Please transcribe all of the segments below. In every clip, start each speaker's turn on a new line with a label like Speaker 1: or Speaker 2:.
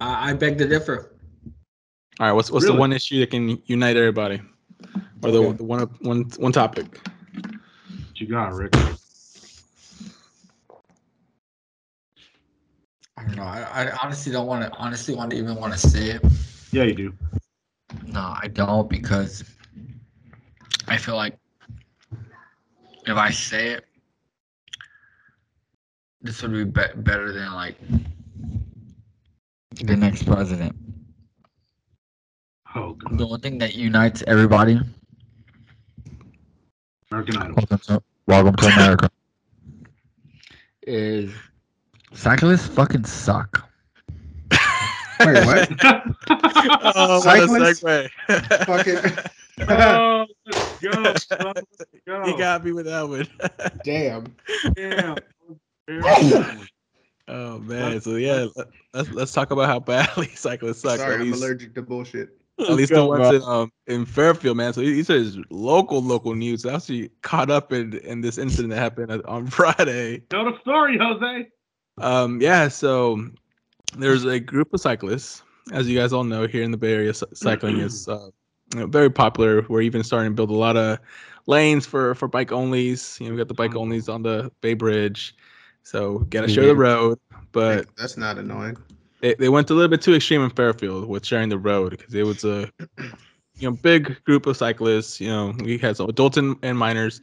Speaker 1: I I beg to differ.
Speaker 2: All right, what's what's
Speaker 3: Really?
Speaker 2: the one issue that can unite everybody, or the,
Speaker 3: Okay.
Speaker 2: the one one one topic?
Speaker 3: What you got, Rick?
Speaker 1: I don't know. I, I honestly don't want to. Honestly, want to even want to say it.
Speaker 3: Yeah, you do.
Speaker 1: No, I don't because I feel like if I say it, this would be, be- better than like the next president.
Speaker 3: Oh, God.
Speaker 1: The one thing that unites everybody.
Speaker 3: American Idol.
Speaker 1: Welcome to, welcome to America. Is cyclists fucking suck?
Speaker 4: Wait, what?
Speaker 2: oh,
Speaker 4: what a Cyclists?
Speaker 2: segue!
Speaker 4: Fucking
Speaker 3: oh, let's go. Let's go.
Speaker 2: he got me with that one.
Speaker 4: damn.
Speaker 3: Damn. Very-
Speaker 2: oh man, so yeah, let- let's let's talk about how badly cyclists suck.
Speaker 4: Sorry,
Speaker 2: at
Speaker 4: I'm
Speaker 2: least,
Speaker 4: allergic to bullshit.
Speaker 2: at least the ones in, um, in Fairfield, man. So these are just local local news. I actually caught up in in this incident that happened on Friday.
Speaker 3: Know the story, Jose.
Speaker 2: Um, yeah, so there's a group of cyclists, as you guys all know, here in the Bay Area, cy- cycling is uh, you know, very popular. We're even starting to build a lot of lanes for for bike onlys. You know, we got the bike onlys on the Bay Bridge, so gotta share the road. But
Speaker 4: That's not annoying.
Speaker 2: they, they went a little bit too extreme in Fairfield with sharing the road because it was a you know big group of cyclists. You know, we had some adults and, and minors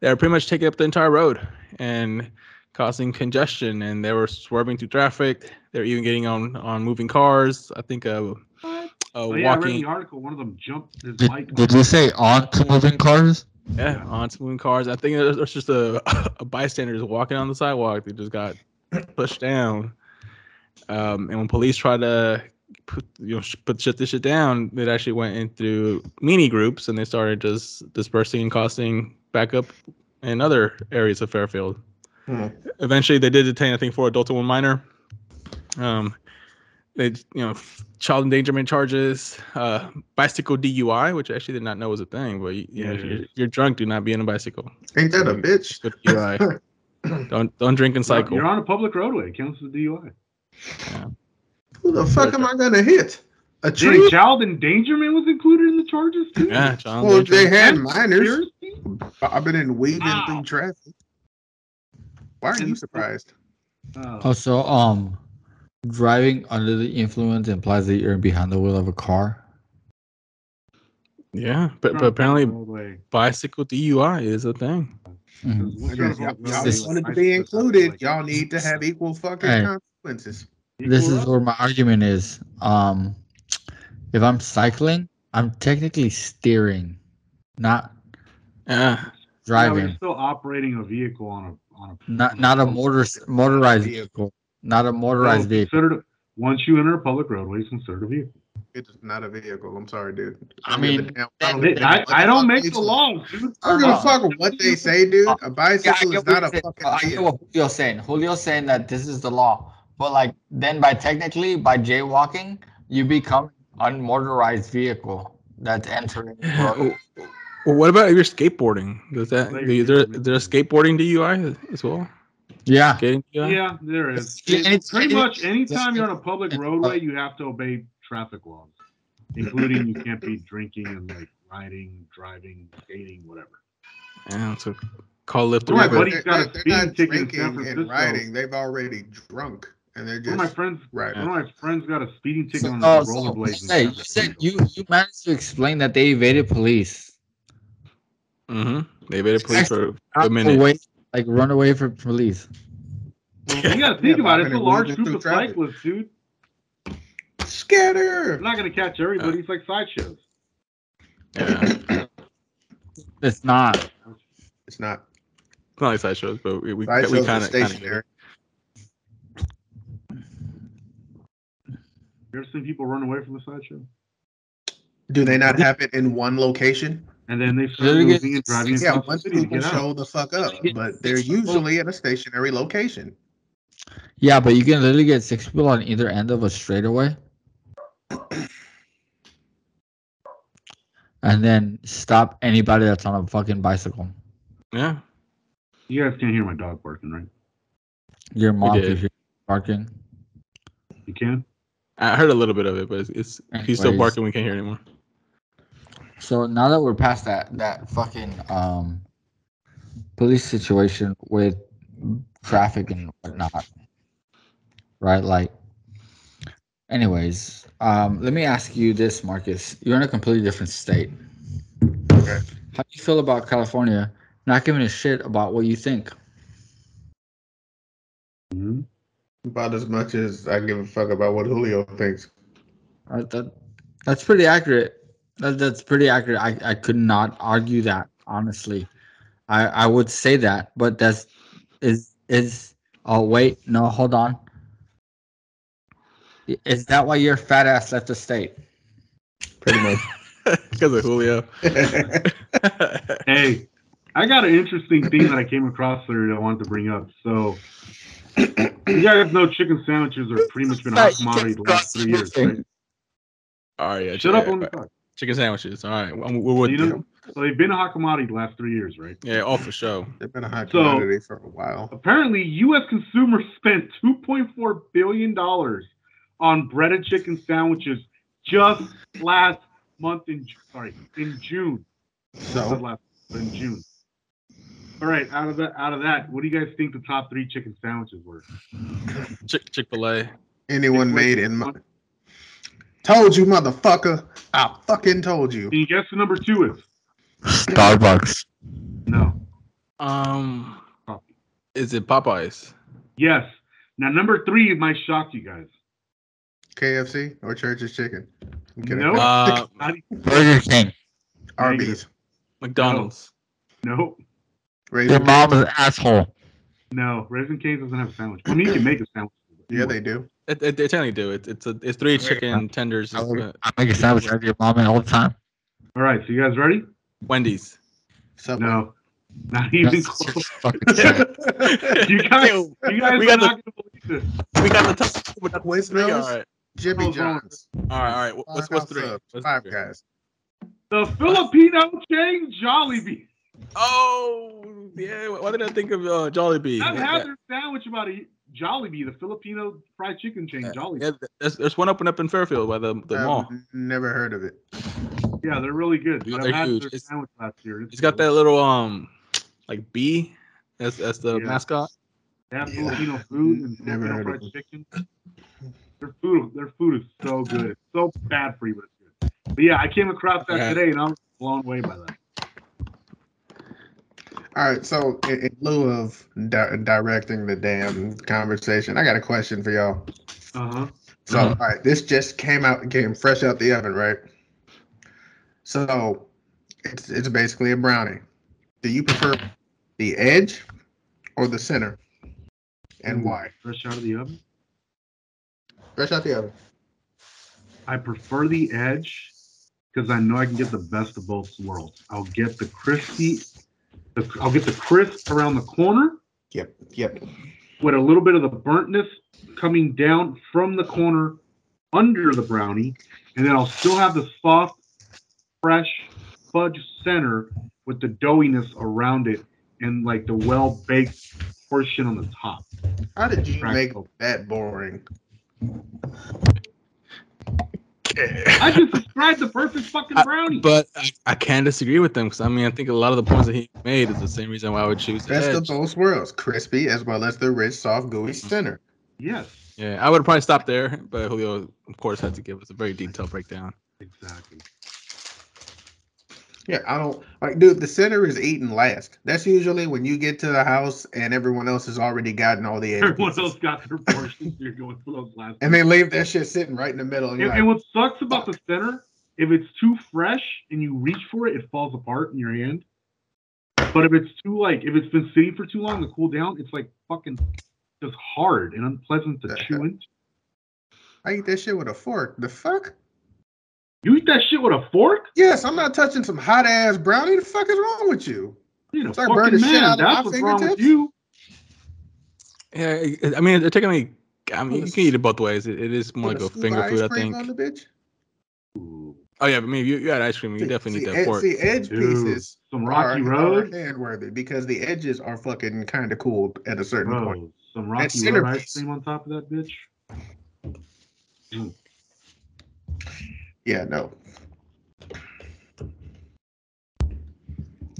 Speaker 2: that were pretty much taking up the entire road and causing congestion. And they were swerving through traffic. They were even getting on on moving cars. I think uh, uh
Speaker 3: Oh, yeah, I read
Speaker 2: walking
Speaker 3: in the article. One of them jumped his bike.
Speaker 1: Did, did you say on to moving cars?
Speaker 2: yeah, on to moving cars. I think there's, there's just a a bystander just walking on the sidewalk. They just got pushed down. Um, and when police tried to put you know sh- put shut this shit down, it actually went into mini groups and they started just dispersing and causing backup in other areas of Fairfield.
Speaker 4: Hmm.
Speaker 2: Eventually, they did detain I think four adults and one minor. Um, they you know child endangerment charges, uh, bicycle DUI, which I actually did not know was a thing. But you, you know, if
Speaker 3: Yeah.
Speaker 2: you're, if you're drunk, do not be on a bicycle.
Speaker 4: Ain't that a bitch?
Speaker 2: Good DUI. don't don't drink and cycle.
Speaker 3: You're on a public roadway. It counts as DUI.
Speaker 4: Who the fuck am I gonna hit? A
Speaker 3: Did
Speaker 4: tree?
Speaker 3: child endangerment was included in the charges too?
Speaker 2: Yeah, child
Speaker 4: Well, they
Speaker 2: endangerment.
Speaker 4: had
Speaker 3: And
Speaker 4: minors.
Speaker 3: conspiracy?
Speaker 4: I've been in weaving
Speaker 3: Wow.
Speaker 4: through traffic. Why are you surprised?
Speaker 3: Oh,
Speaker 1: Also, um, driving under the influence implies that you're behind the wheel of a car.
Speaker 2: Yeah, but,
Speaker 3: Mm-hmm.
Speaker 2: but apparently
Speaker 3: roadway.
Speaker 2: bicycle DUI is a thing.
Speaker 1: Mm-hmm.
Speaker 4: I guess y'all, y'all
Speaker 1: This-
Speaker 4: just wanted to be included. Y'all need to have equal fucking
Speaker 1: Hey.
Speaker 4: consequences.
Speaker 1: This is where my argument is. Um, if I'm cycling, I'm technically steering, not
Speaker 2: Yeah.
Speaker 1: driving,
Speaker 3: You're still operating a vehicle on a on a
Speaker 1: not not a motor motorized vehicle, not a motorized
Speaker 3: So
Speaker 1: vehicle.
Speaker 3: Considered, once you enter a public roadway, it's considered a vehicle.
Speaker 4: It's not a vehicle. I'm sorry, dude.
Speaker 1: I
Speaker 4: don't
Speaker 1: mean,
Speaker 4: give a damn-
Speaker 1: that-
Speaker 4: give a
Speaker 3: Hey,
Speaker 4: damn
Speaker 3: I,
Speaker 4: what
Speaker 3: I don't
Speaker 4: fuck
Speaker 3: make
Speaker 4: they
Speaker 3: the
Speaker 4: say.
Speaker 3: laws, dude.
Speaker 4: I don't give a fuck what they say, dude. A bicycle is not a fucking vehicle.
Speaker 1: Julio's saying. Julio's saying that this is the law, but like then by technically by jaywalking, you become unmotorized vehicle that's entering.
Speaker 2: oh, Well, what about if you're skateboarding? Does that is there, is there a skateboarding DUI as well?
Speaker 1: Yeah,
Speaker 2: Skating DUI?
Speaker 3: Yeah, there is.
Speaker 1: Yeah, and it's-
Speaker 3: Pretty
Speaker 1: it-
Speaker 3: much anytime you're on a public
Speaker 1: it's-
Speaker 3: roadway, you have to obey traffic laws, including you can't be drinking and like riding, driving, skating, whatever.
Speaker 2: Yeah, so call Lyft or
Speaker 3: My
Speaker 4: Yeah,
Speaker 2: Uber.
Speaker 4: but
Speaker 3: buddy
Speaker 4: they're,
Speaker 3: got a
Speaker 4: they're- they're not
Speaker 3: speeding ticket in San
Speaker 4: drinking and
Speaker 3: Francisco.
Speaker 4: riding. They've already drunk and they're
Speaker 3: One of my
Speaker 4: just
Speaker 3: friends,
Speaker 4: riding.
Speaker 3: one of my friends got a speeding ticket
Speaker 1: So-
Speaker 3: on
Speaker 1: oh,
Speaker 3: his
Speaker 1: so,
Speaker 3: rollerblades. in
Speaker 1: Hey,
Speaker 3: San
Speaker 1: you said
Speaker 3: Francisco.
Speaker 1: you you managed to explain that they evaded police.
Speaker 2: Mm-hmm. They made a police for
Speaker 1: Out
Speaker 2: a
Speaker 1: the
Speaker 2: minute.
Speaker 1: way, like run away from police.
Speaker 3: You gotta think
Speaker 4: Yeah,
Speaker 3: about it.
Speaker 4: but
Speaker 3: It's a
Speaker 4: I'm
Speaker 3: large
Speaker 4: moving
Speaker 3: group
Speaker 4: through
Speaker 3: of
Speaker 4: traffic.
Speaker 3: cyclists, dude.
Speaker 4: Scatter.
Speaker 3: They're not gonna catch everybody. It's like sideshows.
Speaker 2: Yeah.
Speaker 1: It's not.
Speaker 4: It's not.
Speaker 2: It's not like sideshows, but we, we,
Speaker 4: Sideshow's
Speaker 2: we
Speaker 4: are
Speaker 2: kind of
Speaker 4: stationary.
Speaker 3: You ever seen people run away from a sideshow?
Speaker 4: Do they not happen in one location?
Speaker 3: And then they
Speaker 1: There
Speaker 3: start
Speaker 1: you go.
Speaker 3: moving and driving
Speaker 4: Yeah,
Speaker 3: across the
Speaker 4: once
Speaker 3: city to
Speaker 4: people
Speaker 3: get out.
Speaker 4: show the fuck up, but they're usually in a stationary location.
Speaker 1: Yeah, but you can literally get six people on either end of a straightaway, and then stop anybody that's on a fucking bicycle.
Speaker 2: Yeah.
Speaker 3: You guys can't hear my dog barking, right?
Speaker 1: Your mom
Speaker 2: did.
Speaker 1: if you're barking.
Speaker 3: You can.
Speaker 2: I heard a little bit of it, but it's, it's he's still
Speaker 1: Anyways.
Speaker 2: barking. We can't hear anymore.
Speaker 1: So now that we're past that that fucking um police situation with traffic and whatnot, right? Like, anyways, um, let me ask you this, Marcus. You're in a completely different state.
Speaker 4: Okay.
Speaker 1: How do you feel about California not giving a shit about what you think?
Speaker 3: Mhm.
Speaker 4: About as much as I give a fuck about what Julio thinks.
Speaker 1: Uh, that, that's pretty accurate. That, that's pretty accurate. I, I could not argue that honestly. I I would say that, but that's is is oh wait no hold on. I- Is that why your fat ass left the state?
Speaker 4: Pretty much.
Speaker 2: Because of Julio.
Speaker 3: Hey, I got an interesting thing that I came across there that I wanted to bring up. So, you guys know chicken sandwiches are pretty much been a hot commodity the last three years. Right?
Speaker 2: All right, yeah,
Speaker 3: Shut up
Speaker 2: yeah,
Speaker 3: on the
Speaker 2: right.
Speaker 3: talk.
Speaker 2: chicken sandwiches. All right, we're, we're with
Speaker 3: You
Speaker 2: you.
Speaker 3: know, so they've been a hot commodity the last three years, right?
Speaker 2: Yeah, all for show.
Speaker 4: They've been a hot
Speaker 3: So-
Speaker 4: commodity for a while.
Speaker 3: Apparently, U.S. consumers spent 2.4 billion dollars on bread and chicken sandwiches just last month in Ju- sorry in June. Not
Speaker 4: So
Speaker 3: last, but in June. All right, out of that, out of that, what do you guys think the top three chicken sandwiches were?
Speaker 2: Chick Chick Fil A.
Speaker 4: anyone made in my Told you, motherfucker. I fucking told you.
Speaker 3: Can you guess who number two is?
Speaker 1: Starbucks.
Speaker 3: No.
Speaker 2: Um, is it Popeyes?
Speaker 3: Yes. Now number three might shock you guys.
Speaker 4: KFC or Church's Chicken? I'm kidding.
Speaker 3: No.
Speaker 2: Uh,
Speaker 3: Not even-
Speaker 1: Burger King.
Speaker 4: Arby's.
Speaker 2: McDonald's.
Speaker 3: no.
Speaker 1: Your
Speaker 4: Raisin.
Speaker 1: mom's an asshole.
Speaker 3: No. Raisin Cane's doesn't have a sandwich. I mean, you can make a sandwich.
Speaker 4: Yeah, they do.
Speaker 2: It, it, they technically do. It, it's a, it's three chicken tenders.
Speaker 1: I,
Speaker 2: uh,
Speaker 1: would- I make a sandwich out of your mom all the time.
Speaker 3: All right. So you guys ready?
Speaker 2: Wendy's.
Speaker 4: Subway.
Speaker 3: No. Not even
Speaker 1: That's
Speaker 3: close.
Speaker 1: just fucking shit.
Speaker 3: You guys, you guys
Speaker 2: we
Speaker 3: are
Speaker 2: got
Speaker 3: not gonna believe this.
Speaker 2: we got the top two, but not the three. All
Speaker 4: Voicemails.
Speaker 2: right,
Speaker 4: Jimmy John's.
Speaker 2: all right, all right. What's what's three?
Speaker 4: Five
Speaker 2: What's three?
Speaker 4: Guys.
Speaker 3: The Filipino chain Jollibee.
Speaker 2: Oh yeah. Why did I think of uh, Jollibee?
Speaker 3: I've
Speaker 2: Yeah,
Speaker 3: had their sandwich about a Jollibee, the Filipino fried chicken chain Jollibee.
Speaker 2: yeah, there's, there's one open up in Fairfield by the, the
Speaker 4: I've
Speaker 2: mall.
Speaker 4: Never heard of it.
Speaker 3: Yeah, they're really good. Dude.
Speaker 2: Oh,
Speaker 3: I've
Speaker 2: they're
Speaker 3: had
Speaker 2: huge.
Speaker 3: their
Speaker 2: It's-
Speaker 3: sandwich last year.
Speaker 2: It's got that little um, like bee as as the
Speaker 3: Yeah.
Speaker 2: mascot.
Speaker 3: They have
Speaker 4: Yeah.
Speaker 3: Filipino food and
Speaker 4: Never
Speaker 3: Filipino
Speaker 4: heard of
Speaker 3: fried chicken. Their food, their food is so good. It's so bad for you, but it's good. But yeah, I came across that
Speaker 2: Yeah.
Speaker 3: today, and I was blown away by that.
Speaker 4: All right, so in, in lieu of di- directing the damn conversation, I got a question for y'all.
Speaker 3: Uh huh.
Speaker 2: Mm-hmm.
Speaker 4: So,
Speaker 1: Mhm.
Speaker 4: all right, this just came out, came fresh out the oven, right? So, it's it's basically a brownie. Do you prefer the edge or the center, and
Speaker 2: Mm-hmm.
Speaker 4: why?
Speaker 3: Fresh out of the oven.
Speaker 4: Fresh out the oven.
Speaker 3: I prefer the edge because I know I can get the best of both worlds. I'll get the crispy, the, I'll get the crisp around the corner
Speaker 4: Yep, yep.
Speaker 3: with a little bit of the burntness coming down from the corner under the brownie, and then I'll still have the soft, fresh fudge center with the doughiness around it and like the well baked portion on the top.
Speaker 4: How did you make
Speaker 3: Practical.
Speaker 4: that boring?
Speaker 3: I just described the perfect fucking brownie.
Speaker 2: But I, I can disagree with them because I mean I think a lot of the points that he made is the same reason why I would choose
Speaker 4: Best of
Speaker 2: Edge. Mm-hmm.
Speaker 4: both worlds, crispy as well as the rich, soft, gooey center.
Speaker 3: yes,
Speaker 2: Yeah, I would probably stop there, but Julio, of course, had to give us a very detailed breakdown.
Speaker 3: exactly.
Speaker 4: Yeah, I don't like, dude. The center is eaten last. That's usually when you get to the house and everyone else has already gotten all the egg
Speaker 3: Everyone
Speaker 4: pieces,
Speaker 3: else got their portions. You're going for those last.
Speaker 4: and they leave that shit sitting right in the middle. And
Speaker 3: And,
Speaker 4: you're
Speaker 3: and
Speaker 4: like,
Speaker 3: what sucks about the center, if it's too fresh and you reach for it, it falls apart in your hand. But if it's too like, if it's been sitting for too long to cool down, it's like fucking just hard and unpleasant to chew into.
Speaker 4: I eat that shit with a fork. The fuck?
Speaker 3: You eat that shit with a fork?
Speaker 4: Yes, I'm not touching some hot ass brownie. The fuck is wrong with you?
Speaker 3: You're a
Speaker 4: Start
Speaker 3: fucking
Speaker 4: burning shit
Speaker 3: man.
Speaker 4: out of my
Speaker 3: That's what's wrong with
Speaker 4: fingertips?
Speaker 3: you.
Speaker 2: Yeah, I- I mean, they're taking me. I mean, you
Speaker 4: With a
Speaker 2: can eat it both ways. It, it is more like
Speaker 4: Put a
Speaker 2: a
Speaker 4: scoop of
Speaker 2: finger
Speaker 4: ice
Speaker 2: food, I
Speaker 4: cream
Speaker 2: think.
Speaker 4: On the bitch.
Speaker 2: Oh yeah, but I mean, if you, you had ice cream, you
Speaker 4: See-
Speaker 2: definitely
Speaker 4: see,
Speaker 2: need
Speaker 4: ed-
Speaker 2: that fork.
Speaker 4: See, edge
Speaker 3: Dude,
Speaker 4: pieces
Speaker 3: Some
Speaker 4: are,
Speaker 3: rocky
Speaker 4: are
Speaker 3: road.
Speaker 4: hand worthy because the edges are fucking kind of cool at a certain point.
Speaker 3: Bro, some rocky
Speaker 4: center
Speaker 3: road ice
Speaker 4: piece.
Speaker 3: cream on top of that bitch.
Speaker 4: Yeah, no.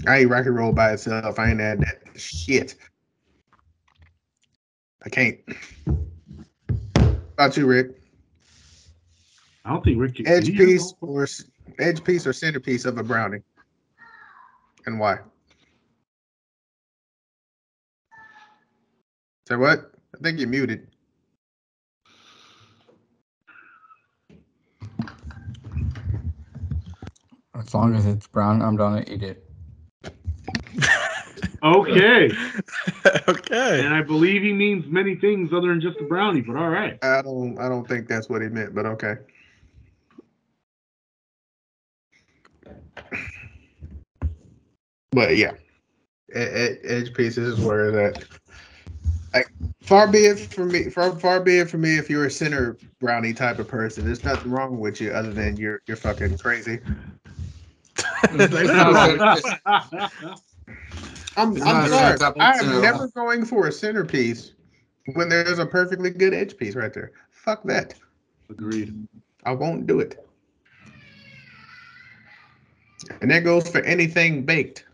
Speaker 4: I eat rocky roll by itself. I ain't add that shit. I can't. About you, Rick.
Speaker 3: I don't think Rick.
Speaker 4: Edge
Speaker 3: he-
Speaker 4: piece or s- edge piece or centerpiece of a brownie, and why? Say what? I think you're muted.
Speaker 1: As long as it's brown, I'm gonna eat it.
Speaker 3: Okay,
Speaker 2: okay.
Speaker 3: and I believe he means many things other than just a brownie. But all right.
Speaker 4: I don't. I don't think that's what he meant, but okay. But yeah, E- e- edge pieces is where that. Like, far be it for me. Far far be it for me if you're a center brownie type of person. There's nothing wrong with you other than you're you're fucking crazy. I'm,
Speaker 5: It's
Speaker 4: I'm
Speaker 5: not that
Speaker 4: sorry.
Speaker 5: type of
Speaker 4: I'm
Speaker 5: center.
Speaker 4: never going for a centerpiece when there's a perfectly good edge piece right there. Fuck that.
Speaker 3: Agreed.
Speaker 4: I won't do it. And that goes for anything baked.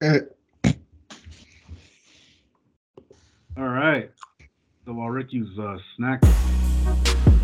Speaker 4: Uh,
Speaker 3: All right. So while Ricky's uh, snack